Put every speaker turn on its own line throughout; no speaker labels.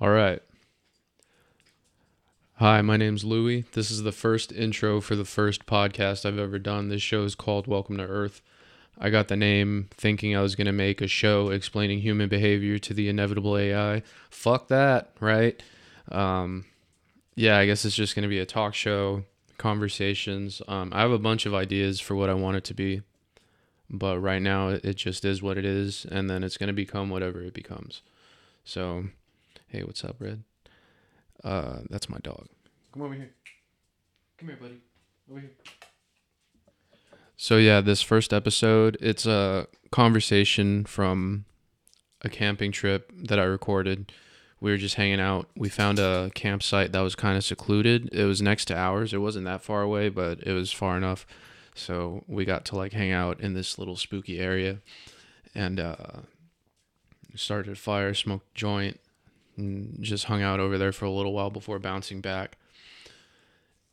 All right. Hi, my name's Louie. This is the first intro for the first podcast I've ever done. This show is called Welcome to Earth. I got the name thinking I was going to make a show explaining human behavior to the inevitable AI. Fuck that, right? Um, yeah, I guess it's just going to be a talk show, conversations. Um, I have a bunch of ideas for what I want it to be, but right now it it just is what it is, and then it's going to become whatever it becomes. So, hey, what's up, Red? Uh, that's my dog. Come over here. Come here, buddy. Over here. So yeah, this first episode, it's a conversation from a camping trip that I recorded. We were just hanging out. We found a campsite that was kind of secluded. It was next to ours. It wasn't that far away, but it was far enough. So we got to like hang out in this little spooky area and uh started a fire, smoked a joint, and just hung out over there for a little while before bouncing back.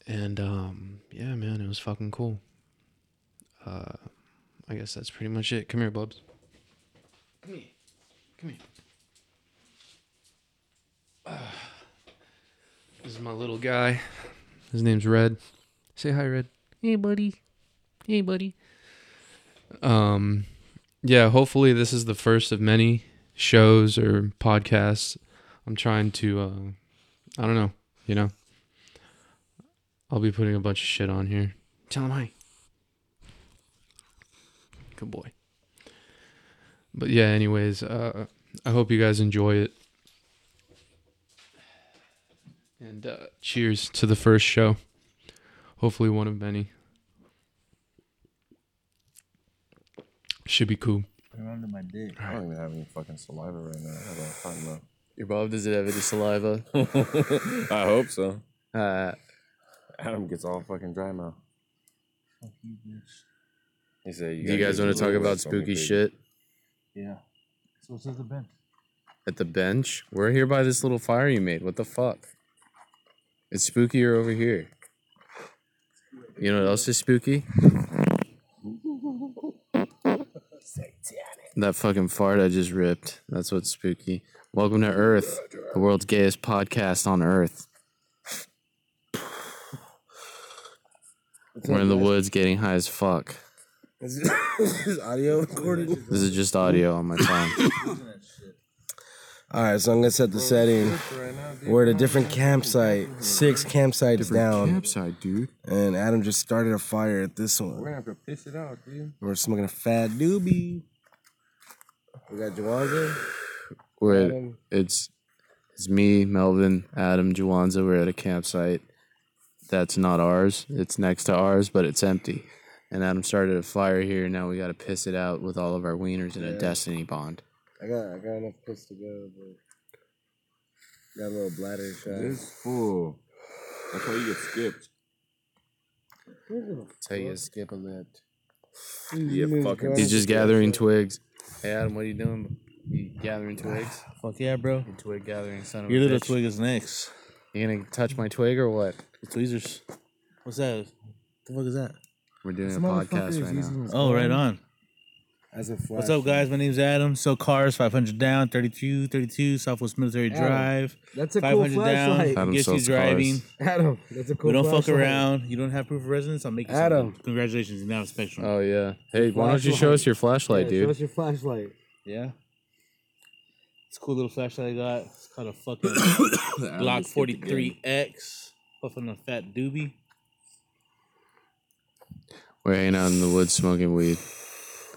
And um yeah, man, it was fucking cool. I guess that's pretty much it. Come here, Bubs. Come here. Come here. Ah. this is my little guy. His name's Red. Say hi, Red. Hey, buddy. Hey, buddy. Um, yeah, hopefully this is the first of many shows or podcasts. I'm trying to, uh, I don't know, you know. I'll be putting a bunch of shit on here. Tell him hi. Good boy. But yeah, anyways, uh, I hope you guys enjoy it. And uh, cheers to the first show. Hopefully, one of many. Should be cool.
Put it under my dick. I don't even have any fucking saliva right now. Hold on, time out.
Your Bob, does it have any saliva?
I hope so.
Uh,
Adam gets all fucking dry mouth. Fuck you, bitch. He said,
do you guys want to talk about spooky shit
Yeah. So what's at the bench?
at the bench? We're here by this little fire you made. What the fuck? It's spookier over here. You know what else is spooky? That fucking fart I just ripped. That's what's spooky. Welcome to Earth, the world's gayest podcast on Earth. We're in the woods getting high as fuck.
Is this, is this audio recorded?
This is just audio on my phone.
All right, so I'm gonna set the setting. We're at a different campsite, six campsites down,
Campsite, dude.
and Adam just started a fire at this one.
have to piss it out, dude.
We're smoking a fat doobie. We got Jawanza.
We're
Adam.
it's it's me, Melvin, Adam, Juwanza. We're at a campsite that's not ours. It's next to ours, but it's empty. And Adam started a fire here. Now we got to piss it out with all of our wieners in a destiny bond.
I got I got enough piss to go, but got a little bladder shot.
This fool. That's how you get skipped.
Tell you, skip a lip.
You fucking.
He's just gathering twigs. Hey Adam, what are you doing? You gathering twigs?
Fuck yeah, bro.
You twig gathering son of
Your
a
little
bitch.
twig is next.
You gonna touch my twig or what?
The tweezers. What's that? The fuck is that?
We're doing
This
a
motherfucker
podcast
is
right now.
using his
Oh, right
phone
on.
As a
What's up, guys? My name's Adam. So cars, 500 down, 32, 32, Southwest Military
Adam,
Drive.
That's a cool
500
flashlight,
Adam
down. Gets you
sells cars.
driving.
Adam. That's a cool.
we don't fuck
flashlight.
around. You don't have proof of residence. I'll make you
Adam.
something. Congratulations. You now have a spectrum.
Oh yeah. Hey, why don't you show
Flashlight.
us your flashlight,
Yeah,
dude?
Show us your flashlight.
yeah. It's a cool little flashlight I got. It's called a fucking Glock 43X. Puffing a fat doobie.
We're hanging out in the woods smoking weed,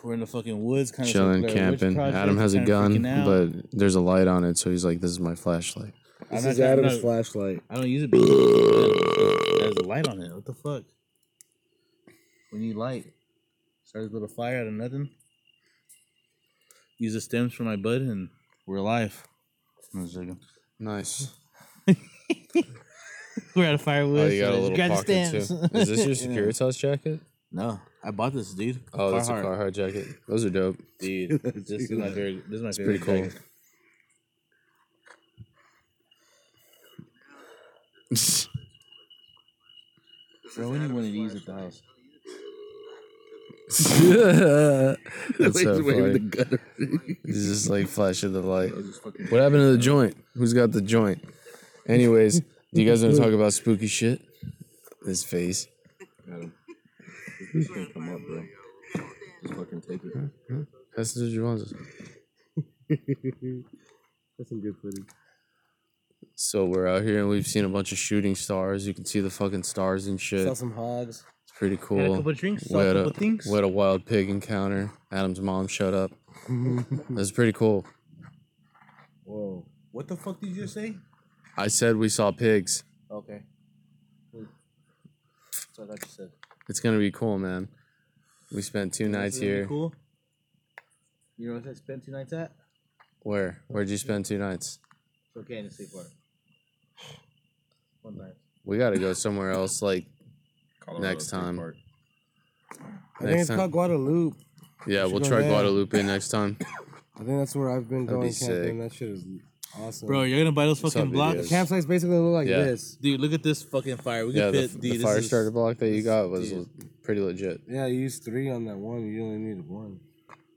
We're in the fucking woods, kind
chilling, camping. Adam has a gun, but there's a light on it, so he's like, "This is my flashlight."
This is Adam's flashlight.
I don't use it because there's a light on it. What the fuck? We need light. Started a little fire out of nothing. Use the stems for my bud and we're alive. No, just joking.
Nice.
We're out of
Oh,
firewood.
you got a
so
little
grab the
pocket too.
stems.
Is this your
Yeah.
Securitas jacket?
No, I bought this, dude.
Oh, that's a
Carhartt.
Carhartt jacket. Those are dope.
Dude, this is my favorite. This is my favorite.
Pretty cool.
jacket.
Bro, when you want to use at the house?
That's so
He's waving
funny.
the gutter.
It's just like flash of the light. What happened to the joint? Who's got the joint? Anyways, do you guys want to talk about spooky shit? His face.
It's gonna come up, bro. Just fucking take it.
That's what you want.
That's some good footage.
So we're out here and we've seen a bunch of shooting stars. You can see the fucking stars and shit.
Saw
It's
some hogs.
pretty cool.
Had a couple of drinks, saw
we,
a
had
couple of things.
we had a wild pig encounter. Adam's mom showed up. It was pretty cool.
Whoa.
What the fuck did you just say?
I said we saw pigs.
Okay. So I thought you said.
It's gonna be cool, man. We spent two nights
Is it really
here.
Cool. You know what I spent two nights at?
Where? Where'd you spend two nights?
Okay, in the sleep park. One night.
We gotta go somewhere else. Like,
Colorado
Next
State
time.
Park.
I think
Next
it's
time.
called Guadalupe.
yeah,
should
we'll
go
try
there.
Guadalupe next time.
I think that's where I've been
That'd be
going camping.
sick.
That shit is awesome.
Bro, you're gonna buy those
Saw
fucking
the
blocks.
videos.
campsites basically look like
Yeah.
this.
Dude, look at this fucking fire. We
Yeah,
can
the,
fit.
the
dude,
fire
this is-
starter block that you got was
dude.
pretty legit.
Yeah, you used three on that one. You only needed one.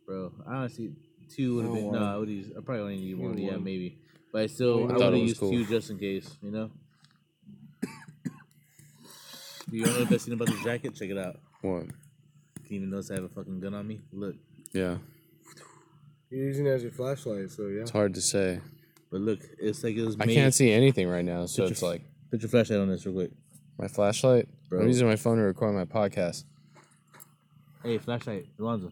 bro. I honestly two would have
No
been.
one.
No, I would use. I probably only need
Only
one. Yeah,
one.
maybe. But I still,
I
I,
thought it
would have
was
used
cool.
two just in case. You know. Do you know the best thing about this jacket? Check it out.
What?
Didn't even notice I have a fucking gun on me. Look,
Yeah,
You're using it as your flashlight, so yeah.
it's hard to say.
but look, it's like it was
I
made.
can't see anything right now, so
Put
it's
your-
like
Put your flashlight on this real quick.
my flashlight.
Bro.
I'm using my phone to record my podcast.
Hey, flashlight, Alonzo.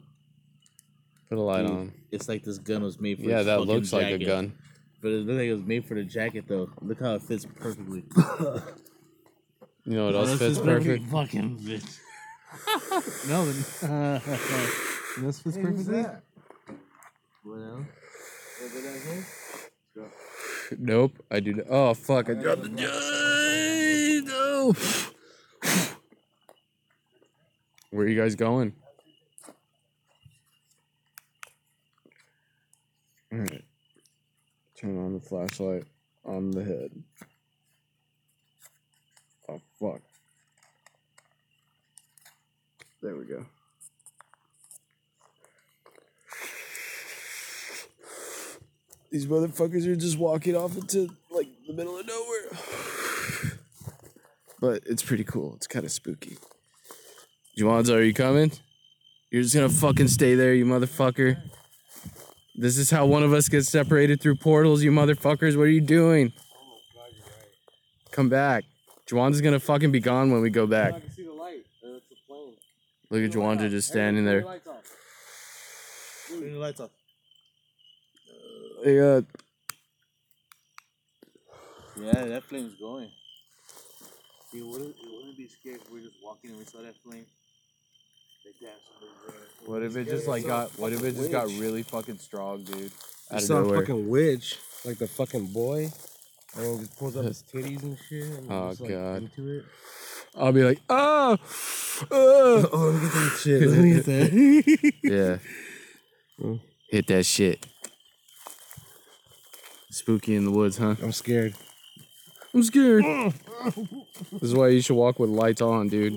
Put a light
Dude,
on.
It's like this gun was made for.
Yeah,
this
that
fucking
looks like a
jacket.
gun.
But it looked like it was made for the jacket though. Look how it fits perfectly.
You know what
This
else
is
fits perfect?
Fucking bitch. Melvin. Uh, this fits perfectly. What else?
Nope, I do. Not. Oh fuck! I dropped the gun. No. Where you guys going? All right. Turn on the flashlight on the head. Oh fuck! There we go. These motherfuckers are just walking off into like the middle of nowhere. But it's pretty cool. It's kind of spooky. Juwanza, are you coming? You're just gonna fucking stay there, you motherfucker. This is how one of us gets separated through portals, you motherfuckers. What are you doing? Come back. Juwanza's gonna fucking be gone when we go back.
can see the light. Uh, it's a plane.
Look at Juwanza just standing there.
Turn the lights off.
Hey, uh,
Yeah, that flame's going. Dude, would it, it wouldn't be scary if we were just walking and we saw that flame. Like that.
What if it just like got? What if it just got really fucking strong, dude?
I
Out of
saw a
nowhere.
fucking witch, like the fucking boy, and then just pulls up his titties and shit. And
Oh,
just, like,
God.
Into it.
I'll be like, oh, oh.
Oh, let me get that shit. Let me get that.
yeah.
Mm.
Hit that shit. Spooky in the woods, huh?
I'm scared.
I'm scared. this is why you should walk with lights on, dude.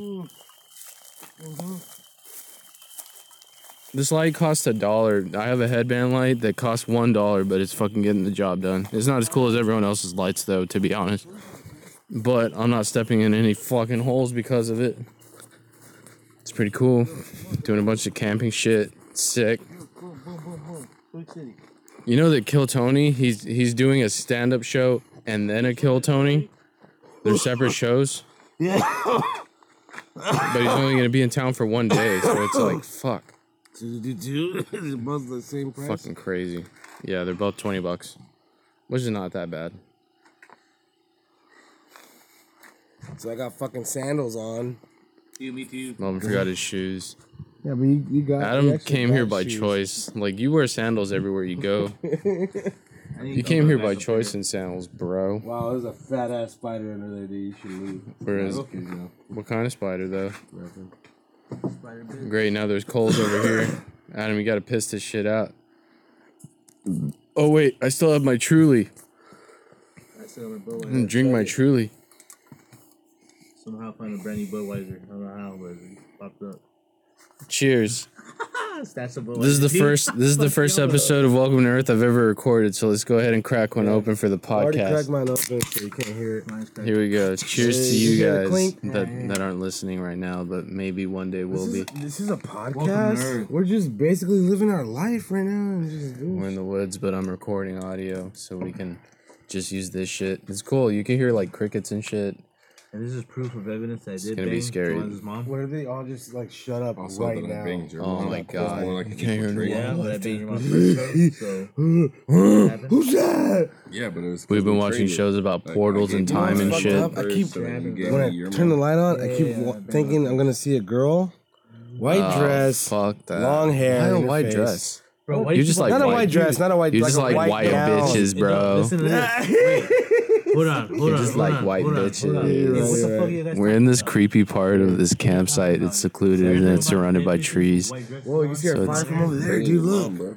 This light costs a dollar. I have a headband light that costs one dollar, but it's fucking getting the job done. It's not as cool as everyone else's lights, though, to be honest. But I'm not stepping in any fucking holes because of it. It's pretty cool. Doing a bunch of camping shit. Sick. You know that Kill Tony? He's he's doing a stand up show and then a Kill Tony. They're separate shows. Yeah. but he's only gonna be in town for one day, so it's like fuck.
Dude, it's both the same price.
Fucking crazy. Yeah, they're both twenty bucks. Which is not that bad.
So I got fucking sandals on.
Dude, me too.
Melvin forgot his shoes.
Yeah, but you, you got.
Adam came here by choice. Like you wear sandals everywhere you go. You came here by choice in sandals, bro.
Wow, there's a fat ass spider under there, dude. You should leave.
Where is what kind of spider though?
Spider bitch.
Great, now there's coals over here. Adam, you gotta piss this shit out. Oh wait, I still have my truly.
I still have my
I'm gonna
Budweiser.
drink my truly.
Somehow I found a brand new Budweiser. I don't know how, but it popped up.
Cheers.
That's a
This is the first. This is the first episode of Welcome to Earth I've ever recorded. So let's go ahead and crack one open for the
I already
podcast.
cracked mine open, so you can't hear it.
Here we go. Cheers to
Hey, you
you
hear the
guys
clink?
that, that aren't listening right now, but maybe one day will
This
be.
is, this is a podcast.
nerd.
We're just basically living our life right now and just doing.
We're in the woods, but I'm recording audio, so we can just use this shit. It's cool. You can hear like crickets and shit.
And this is proof of evidence that I did
gonna be
bang
scary.
Joanne's mom.
Where they all just like shut up
Also,
right
that I
now?
banged your
Oh
mom. That
my
was
God.
More like a
You can't
trick or
even
treat.
Yeah, but I banged your mom first, so
Who's that?
Yeah, but it was. 'cause
We've been
we
watching
treated.
shows about
Like, I
portals
gave
and
you
time
my
and
fucked
shit.
up. I
first,
keep-
and then you gave
When
me
I
your
turn the
mom.
light on, I keep wa- thinking I'm gonna see a girl, white
Oh,
dress,
Fuck that.
long hair,
Why a
and her
white
face.
dress?
Bro, why
You're
did
just
you
like
fuck-
Not a
white
white dress, not a white.
You're just like
a
white
gown.
bitches,
Hey,
bro.
Listen to this. Hold on, hold
You're
on.
just
hold
like
on,
white
hold on, hold on.
bitches.
Hey, what the
Right,
fuck
right.
are you guys
We're in this
talking
creepy part of this campsite. It's secluded and
about?
it's surrounded by
Bitches,
trees.
white dress
Whoa, you
on.
see
So
her
it's-
fire from over there,
Bring
dude.
your mom,
Look,
bro.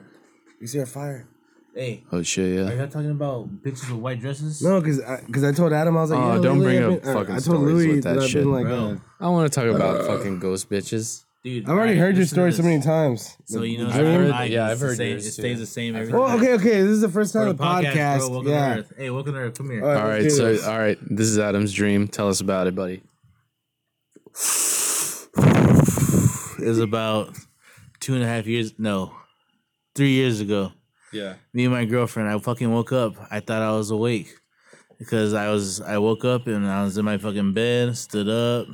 you see her fire.
Hey,
Oh shit,
are
yeah.
y'all talking about bitches with white dresses?
No, cause I, cause I told Adam I was like,
Oh,
yeah,
don't
lately
bring
I've
up
been- uh,
fucking
I told
stories
Louis
with that
I've
shit.
been like,
Bro.
uh,
I want to talk about fucking ghost bitches.
Dude,
I've already
alright,
heard your
listen to
story so
this.
many times.
So you know,
I've
it's not
heard-
like
yeah,
it's
I've
the
heard
same-
yours,
It
too.
stays the same every
Well,
time.
okay, okay. This is the first
For
time
the
the podcast.
bro, welcome
yeah.
to Earth. Hey, welcome to Earth. Come here.
All right.
All right,
Let's do
so
this.
all right, this is Adam's dream. Tell us about it, buddy.
is about two and a half years no three years ago
Yeah.
me and my girlfriend i fucking woke up i thought i was awake because i was i woke up and i was in my fucking bed stood up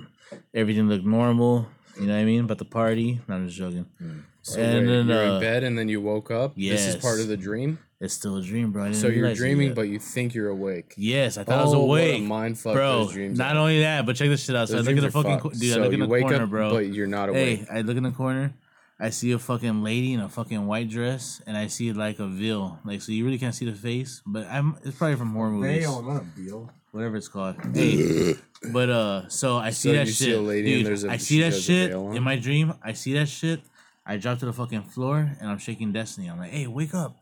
everything looked normal you know what i mean but the party no, i'm just joking
Hmm. So
And
wait,
then,
you're
uh,
in bed and then you woke up. This is part
yes.
of the dream.
it's still a dream bro I didn't
So you're
realize it
dreaming,
yet.
but you think you're awake.
yes i thought i was
Oh, what a
awake
mind fuck
bro
those dreams
not
are.
only that but check this shit out so
Those
i look at the
dreams are
fucking co-
fucked.
dude
so
i look in
you
the
wake
corner
up,
bro
but you're not awake.
Hey, I look in the corner. I see a fucking lady in a fucking white dress, and I see like a veil. Like, so you really can't see the face, but I'm. It's probably from horror movies,
not Beal.
whatever it's called. Hey, but uh, so I see
So
that
you
shit,
see a lady and
dude.
there's a-
I
she
see that
has a
shit
veil on?
in my dream. I see that shit. I drop to the fucking floor, and I'm shaking destiny. I'm like, hey, wake up!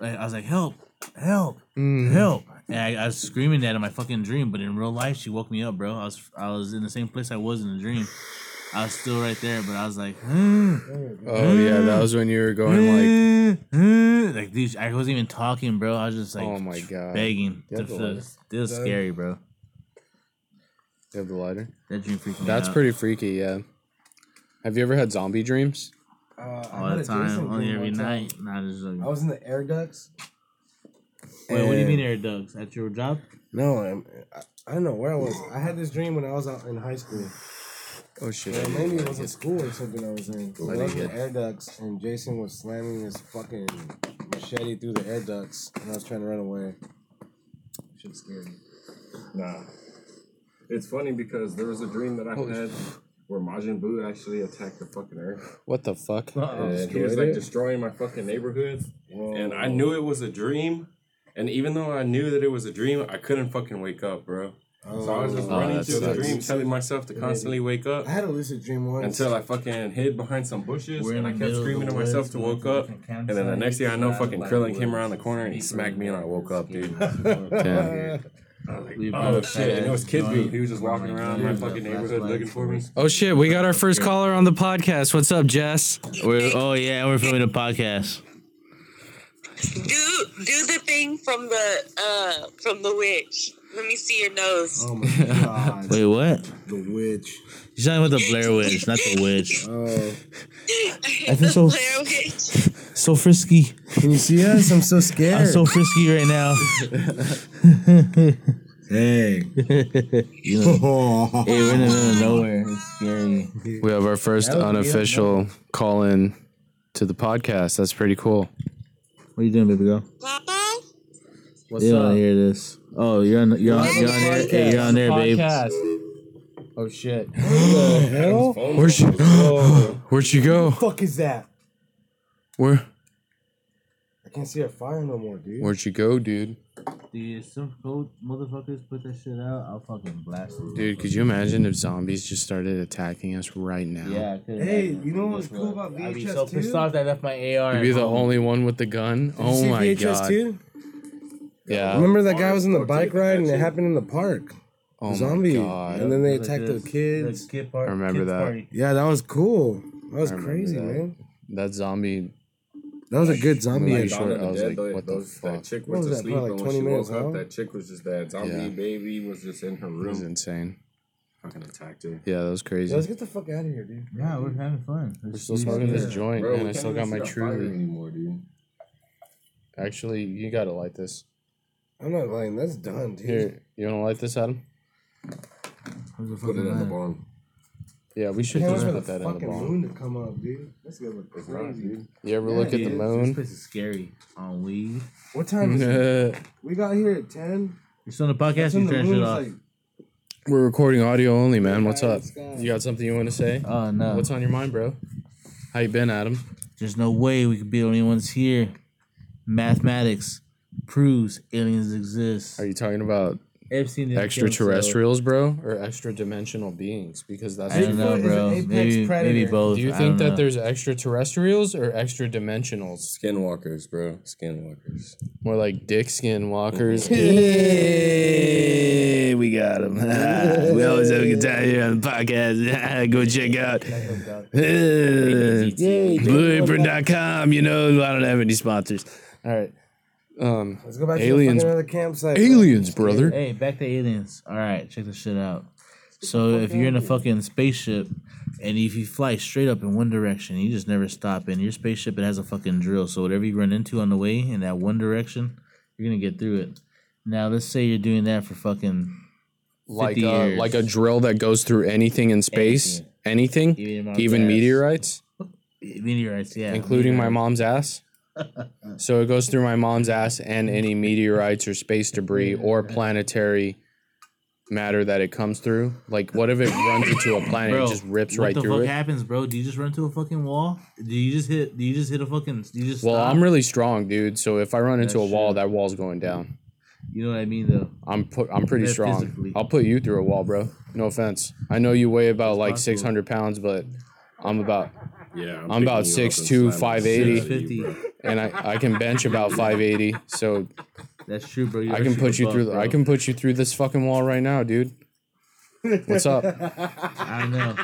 Like, I was like, help, help,
Mm.
help! And I, I was screaming that in my fucking dream, but in real life, she woke me up, bro. I was I was in the same place I was in the dream. I was still right there, but I was like, hmm.
Oh yeah, that was when you were going like,
like dude, I wasn't even talking, bro. I was just like,
oh my god.
begging.
Yeah,
to
but
feel-
what?
It was scary, bro. Mm-hmm.
You have the lighter.
That dream freaked me
That's
out
pretty freaky. Yeah. Have you ever had zombie dreams?
Uh, I
all
had a
the
Jason
time, only
dream
every
one time.
night. Nah, just like,
I was in the air ducts.
wait, what do you
and-
mean, Air Dogs? At your job?
No, I'm, I, I don't know where I was. I had this dream when I was out in high school.
Oh shit.
And maybe it was in school or something I was in. 'Cause I
Let it
was in
get-
air ducts, and Jason was slamming his fucking machete through the air ducts, and I was trying to run away. Shit scared me.
Nah. It's funny because there was a dream that I had where Majin Buu actually attacked the fucking earth.
What the fuck?
And he was like destroying my fucking neighborhoods. And I knew it was a dream. And even though I knew that it was a dream, I couldn't fucking wake up, bro. So I was just
Oh,
running
that
through the
sucks.
dream, telling myself to constantly wake up
I had a lucid dream once.
until I fucking hid behind some bushes
We're in
and I
the
kept
middle of
screaming
the
to myself
woods,
to
we're in
wake
the
up.
fucking
And then the next thing I know, fucking Krillin came around the corner and he smacked me and I woke up, dude.
Damn.
I was like,
We've
oh
been
shit! And it was Kids
going-
Beat. He was just walking
going
around my
like
fucking
that. That's
neighborhood
why
looking
it's
for me.
always-
Oh shit, we got our first caller on the podcast. What's up, Jess?
We're- oh yeah, we're filming a podcast.
do do the thing from the uh from the witch. Let me see your nose.
oh my god,
Wait, what?
the witch.
She's talking about the Blair Witch, not the witch.
Oh,
I
the
think so.
Blair Witch.
So frisky.
can you see us? I'm so scared.
I'm so frisky right now.
hey.
You know, hey, we're in the middle of nowhere. It's scary.
We have our first
would be
unofficial call in to the podcast. That's pretty cool.
What are you doing, baby girl?
Papa?
What's
You don't hear this. Oh, you're on. You're on. You're on there. Hey, you're on there, babe.
Oh shit.
hell?
Where'd you Where'd you go?
fuck is that?
Where
I can't see her fire no more, dude.
Where'd you go, dude?
Dude, if some cold motherfuckers put that shit out, I'll fucking blast them.
Dude, could you imagine if zombies just started attacking us right now?
Yeah. I could've
Hey,
had them.
you know what's
Guess
cool
what?
about
I'd be
VHS
so pissed
too?
off that I left my AR.
You'd
at
be the
home.
only one with the gun.
Did you
Oh
see
my
VHS
god.
too?
Yeah.
Remember that guy was in the bike ride and it happened in the park.
oh
Zombie.
my god.
And then they
Like
attacked
this-
the kids.
the kid part-
I remember
kids
that.
party.
Yeah, that was cool. That was
I remember
crazy,
that.
man.
That zombie.
That was a good zombie
Like,
action.
short,
Dawn
I
of
was
the
like,
Dead, though,
what the
those-
fuck?
That chick
What
went
was
to
that,
sleep,
probably
and
like
when
20
she
minutes,
woke
huh?
up, that chick was just dead. Zombie
Yeah.
baby was just in her
It was
room.
insane.
Fucking attacked her.
Yeah, that was crazy.
Let's get the fuck out of here, dude.
Yeah, we're having fun.
We're still smoking this joint,
Bro, we
and I
can't
still
even
got
see
my
that fire
true.
anymore, dude.
Actually, you gotta light this.
I'm not lying. That's done, dude.
Here, you wanna light this, Adam?
Put it in the bong.
Yeah, we should
Can't wait
just
for
put
the
that in the
fucking
bong.
moon to come up, dude. That's gonna look
It's not,
crazy.
dude.
You ever look at the
This
moon?
place is scary on weed.
What time is it? We got here at ten.
You're still on the podcast.
That's when
You
the
turn shit
moon's,
off.
like,
We're recording audio only, man. What's
Yeah,
up?
it's got-
You got something you want to say?
oh no!
What's on your mind, bro? How you been, Adam?
There's no way we could be the only ones here. Mathematics proves aliens exist.
Are you talking about
Epstein didn't kill himself.
extraterrestrials, bro, or extra dimensional beings? Because that's.
I don't know,
Bigfoot is
bro.
an apex
Maybe, maybe
predator.
both.
Do you
I
think
don't
that
know.
there's extraterrestrials or extra dimensionals?
Skinwalkers, bro. Skinwalkers.
More like dick skin walkers.
Hey,
we got him.
We always have a
good time here on the podcast. Go check out blueapron.com. You know, I don't have any sponsors. All right. Um,
Let's go back
Aliens.
to the fucking other campsite. bro.
aliens, brother.
Hey, back to aliens. All right, check this shit out. So if you're in a fucking spaceship, and if you fly straight up in one direction, you just never stop. And your spaceship, it has a fucking drill. So whatever you run into on the way in that one direction, you're gonna get through it. Now let's say you're doing that for fucking
Like
50
a,
years.
like a drill that goes through anything in space, anything,
Even Mount
even
Jazz.
meteorites,
meteorites, yeah,
including my
meteorites.
mom's ass. So it goes through my mom's ass and any meteorites or space debris or planetary matter that it comes through. Like, what if it runs into a planet
Bro,
and just rips
what
right
the
through
fuck
it?
happens, bro? Do you just run to a fucking wall? Do you just hit? Do you just hit a fucking? Do you just?
Well,
stop?
I'm really strong, dude. So if I run into
That's
a wall,
true.
that wall's going down.
You know what I mean, though.
I'm put. I'm pretty
Yeah,
strong.
physically.
I'll put you through a wall, bro. No offense. I know you weigh about like
possible.
600 pounds, but I'm about
Yeah.
I'm about
picking you up
6'2",
and slamming the shit out of you,
580.
bro.
and I, I can bench about 580. So
That's true, bro. You're
I can
actually
put you
above,
through. the-
bro.
I can put you through this fucking wall right now, dude. What's up?
I know.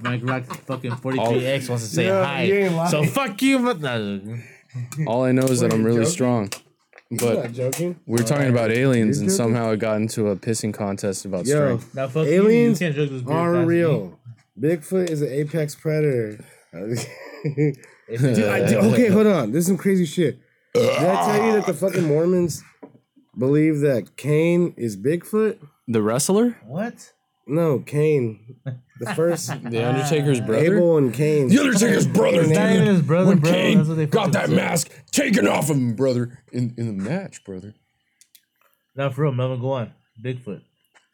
Mike Rock fucking
All-
43X wants to say
Yeah, you ain't
hi.
lying.
So fuck you, but no.
All I know is that
Wait,
I'm
you
really
joking?
strong.
I'm
But
not joking.
we were talking about aliens,
You
and
joking?
somehow it got into a pissing contest about
Yo,
strength.
Now fuck
aliens
you. you can't joke this beer
are
fast,
real. Bigfoot is an apex predator.
Dude,
Dude, I do, okay, hold on. This is some crazy shit. Did I tell you that the fucking Mormons believe that Cain is Bigfoot?
The wrestler,
What?
No, Cain. The first
the Undertaker's brother.
Uh, Abel and Cain.
The Undertaker's brother,
It's not
dude.
even his brother,
when
bro.
Kane
That's what they
got
fucking
that
said.
mask taken off of him, brother, in, in the match, brother.
Not for real, Melvin. Go on. Bigfoot.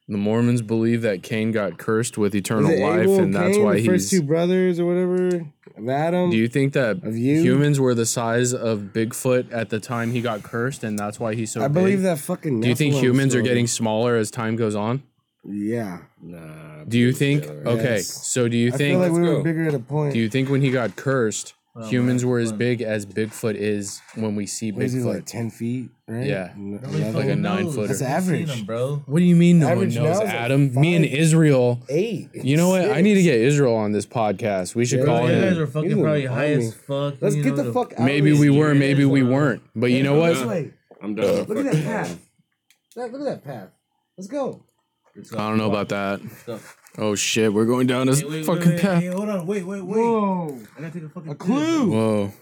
The Mormons believe that Cain got cursed with
Is
eternal
it
life,
Abel
and that's
Cain,
why
the first
he's.
two brothers or whatever of Adam.
Do you think that
Of you?
humans were the size of Bigfoot at the time he got cursed, and that's why he's so?
I
big?
believe that fucking.
Do you think
Nephilim
humans are
story.
getting smaller as time goes on?
Yeah.
Nah.
Do you think?
Yeah,
Okay,
Yes.
so do you
I
think?
feel like we
go.
were bigger at a point.
do you think when he got cursed,
Well,
humans
man,
were as
fun.
big as Bigfoot is when we see
What is he
Bigfoot?
like ten feet? Right.
Yeah.
N-
Nobody
eleven?
fucking
a nine
knows.
footer.
That's
I've seen
average.
him, bro.
what do you mean? No
Average
one
now
knows,
is like
Adam. Me and
five.
Israel.
eight.
You know what? I
Six.
need to get Israel on this podcast. We should
Yeah,
call
Those
yeah,
guys
him.
are fucking
He's
probably
an
high
army.
as fuck.
Let's
you
get
know,
the fuck out.
Maybe
of
we
here.
were, maybe we
Israel.
weren't. But you know
This
what?
way.
I'm done.
Look at that
Fuck you.
path. Look look at that path. Let's go.
Let's
I
go.
don't know about that.
Let's go.
Oh shit, we're going down this
Hey, wait, wait,
fucking
wait,
path.
hey, hold on. Wait, wait, wait.
Whoa.
I gotta take a fucking
A
piss.
clue.
Whoa.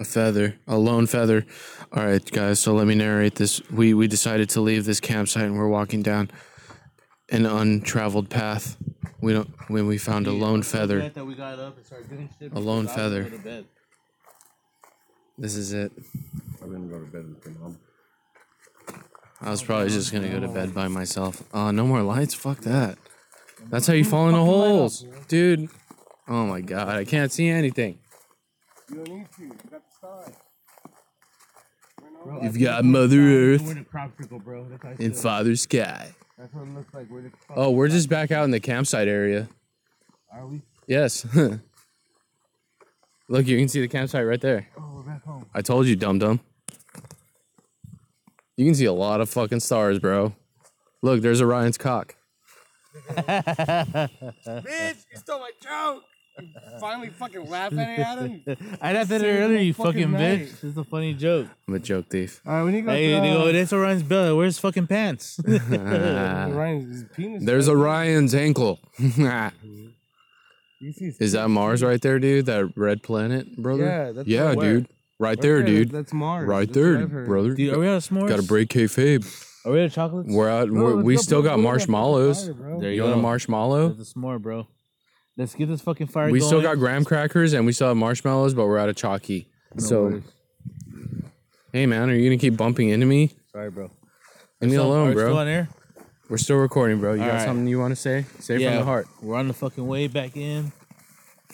A feather, a lone feather. All right, guys. So let me narrate this. We we decided to leave this campsite and we're walking down an untraveled path. We don't. When we found a lone feather.
That we got up and started doing shit
A lone
because I was
feather.
going to bed.
This is it.
I'm gonna go to bed with your mom.
I was probably just gonna go to bed by myself. Uh, no more lights. Fuck that. That's how you fall into holes, dude. Oh my god, I can't see anything.
You don't need to. You got the star.
Bro, I
You've
think
got
we're-
Mother
we're
Earth.
in a crop circle, bro. That's how I
In
feel.
Father Sky.
That's what it looks like. Where the fuck
Oh, we're just back out in the campsite area.
are we?
Yes. Look, you can see the campsite right there.
Oh, we're back home.
I told you, dum dum. You can see a lot of fucking stars, bro. Look, there's Orion's cock.
Bitch, you stole my joke.
finally fucking laughing at him.
I laughed at
Save
it earlier,
the
you
fucking
fucking
night.
bitch. This is a funny joke.
I'm a joke thief.
All right, when you go,
Hey,
to,
they go,
uh,
that's Orion's belt. Where's his fucking pants?
Ryan's penis.
There's Orion's ankle.
You see his
Is that Mars right there, dude? That red planet, brother?
Yeah, that's
yeah,
right where?
dude. Right there, dude.
That's Mars.
right
That's what
there,
I've heard.
brother.
Dude, are we out of s'mores?
Got to break kayfabe.
Are we out of chocolates?
We're out.
Bro,
we're,
let's
we
go
still
blow
got
that fucking
marshmallows.
fire, bro.
There
You want a marshmallow?
There's a s'more, bro. Let's get this fucking fire
We
going.
still got graham crackers and we still have marshmallows, but we're out of chalky. so, hey man, are you gonna keep bumping into me?
Sorry, bro.
Leave me
Still- are
alone,
we Still
bro.
on air?
we're still recording, bro. You got
Alright.
something you want to say? Say from the heart.
We're on the fucking way back in.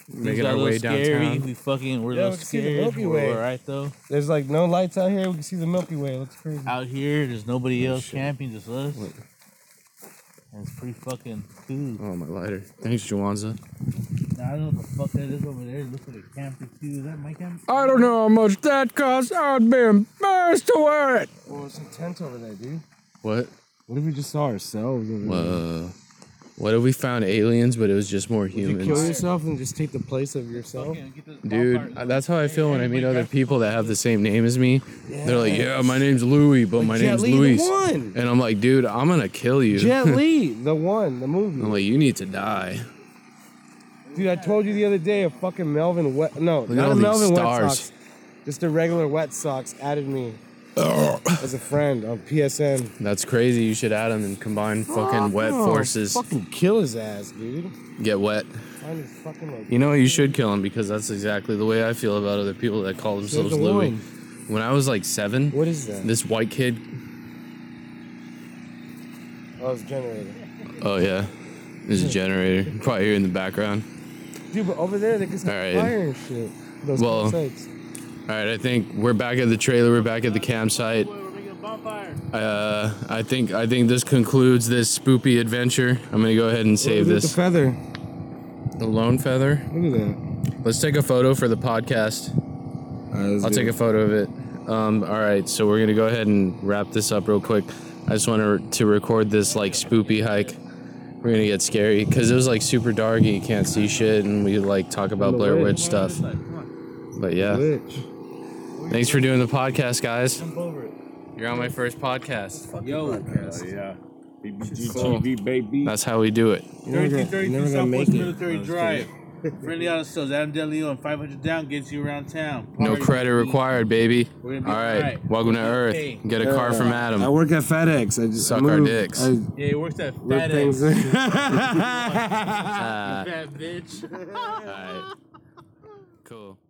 Things
Making
got
our
a little
way
scary.
downtown.
We fucking we're
Yeah,
a
we
little
can see the
scared.
Milky
We're
Way.
alright though.
There's like no lights out here. We can see the Milky Way. That's crazy.
Out here, there's nobody
Oh,
else camping, just us. And it's pretty fucking cool.
Oh my lighter. Thanks, Juwanza.
Now, I don't know what the fuck that is over there. It looks like a camper too. Is that my camper?
I don't know how much that costs. I'd be embarrassed to wear it.
Well, it's intense over there, dude.
What?
What if we just saw ourselves? Over
Whoa. What if we found aliens, but it was just more
there? You kill
humans?
yourself and just take the place of yourself.
Dude, uh, that's how I feel when I meet other people that have the same name as me. They're like, yeah, my name's Louis, but my
Jet
name's
Li, the
Luis.
one.
And I'm like, dude, I'm gonna kill you.
Jet Li, the one, the movie.
I'm like, you need to die.
Dude, I told you the other day a fucking Melvin wet no,
at
not
all
a
these
Melvin wet
stars.
socks. Just a regular wet socks added me as a friend on PSN.
That's crazy. You should add them and combine fucking wet
Oh,
forces.
Fucking kill his ass, dude.
Get wet.
Find his fucking like
You know, you should kill him because that's exactly the way I feel about other people that call themselves Louis. When I was like seven,
What is that?
this white kid.
Oh, it's a generator.
Oh yeah, there's a generator. You can Probably hear in the background.
Dude, but over there they can see
All right.
fire and shit. Those
Well-
campsites.
All right, I think we're back at the trailer. We're back at the campsite.
We're making a bonfire.
Uh, I think I think this concludes this spoopy adventure. I'm gonna go ahead and save
Look at
this.
The feather.
The lone feather.
Look at that.
Let's take a photo for the podcast. I'll take a photo of it. Um, all right, so we're gonna go ahead and wrap this up real quick. I just wanted to record this like spoopy hike. We're gonna get scary because it was like super dark and you can't see shit, and we like talk about Blair Witch stuff. But yeah,
Glitch.
thanks for doing the podcast, guys.
Jump over it.
You're on my first podcast.
Yo,
yeah. BBGTV, baby.
That's how we do it.
You're never gonna, you're never
3232
gonna make
Southwest
it.
Military Drive. Friendly auto sales, Adam DeLeo and 500 down gets you around town.
No
Party.
credit required, baby. All
We're gonna be
right,
alright.
welcome to
We're
Earth.
okay.
Get a car from
I
Adam.
work at FedEx. I just
Suck our
moved.
dicks.
I
Yeah, he works at
rip things.
FedEx.
Ah, Uh,
Fat bitch.
all right. Cool.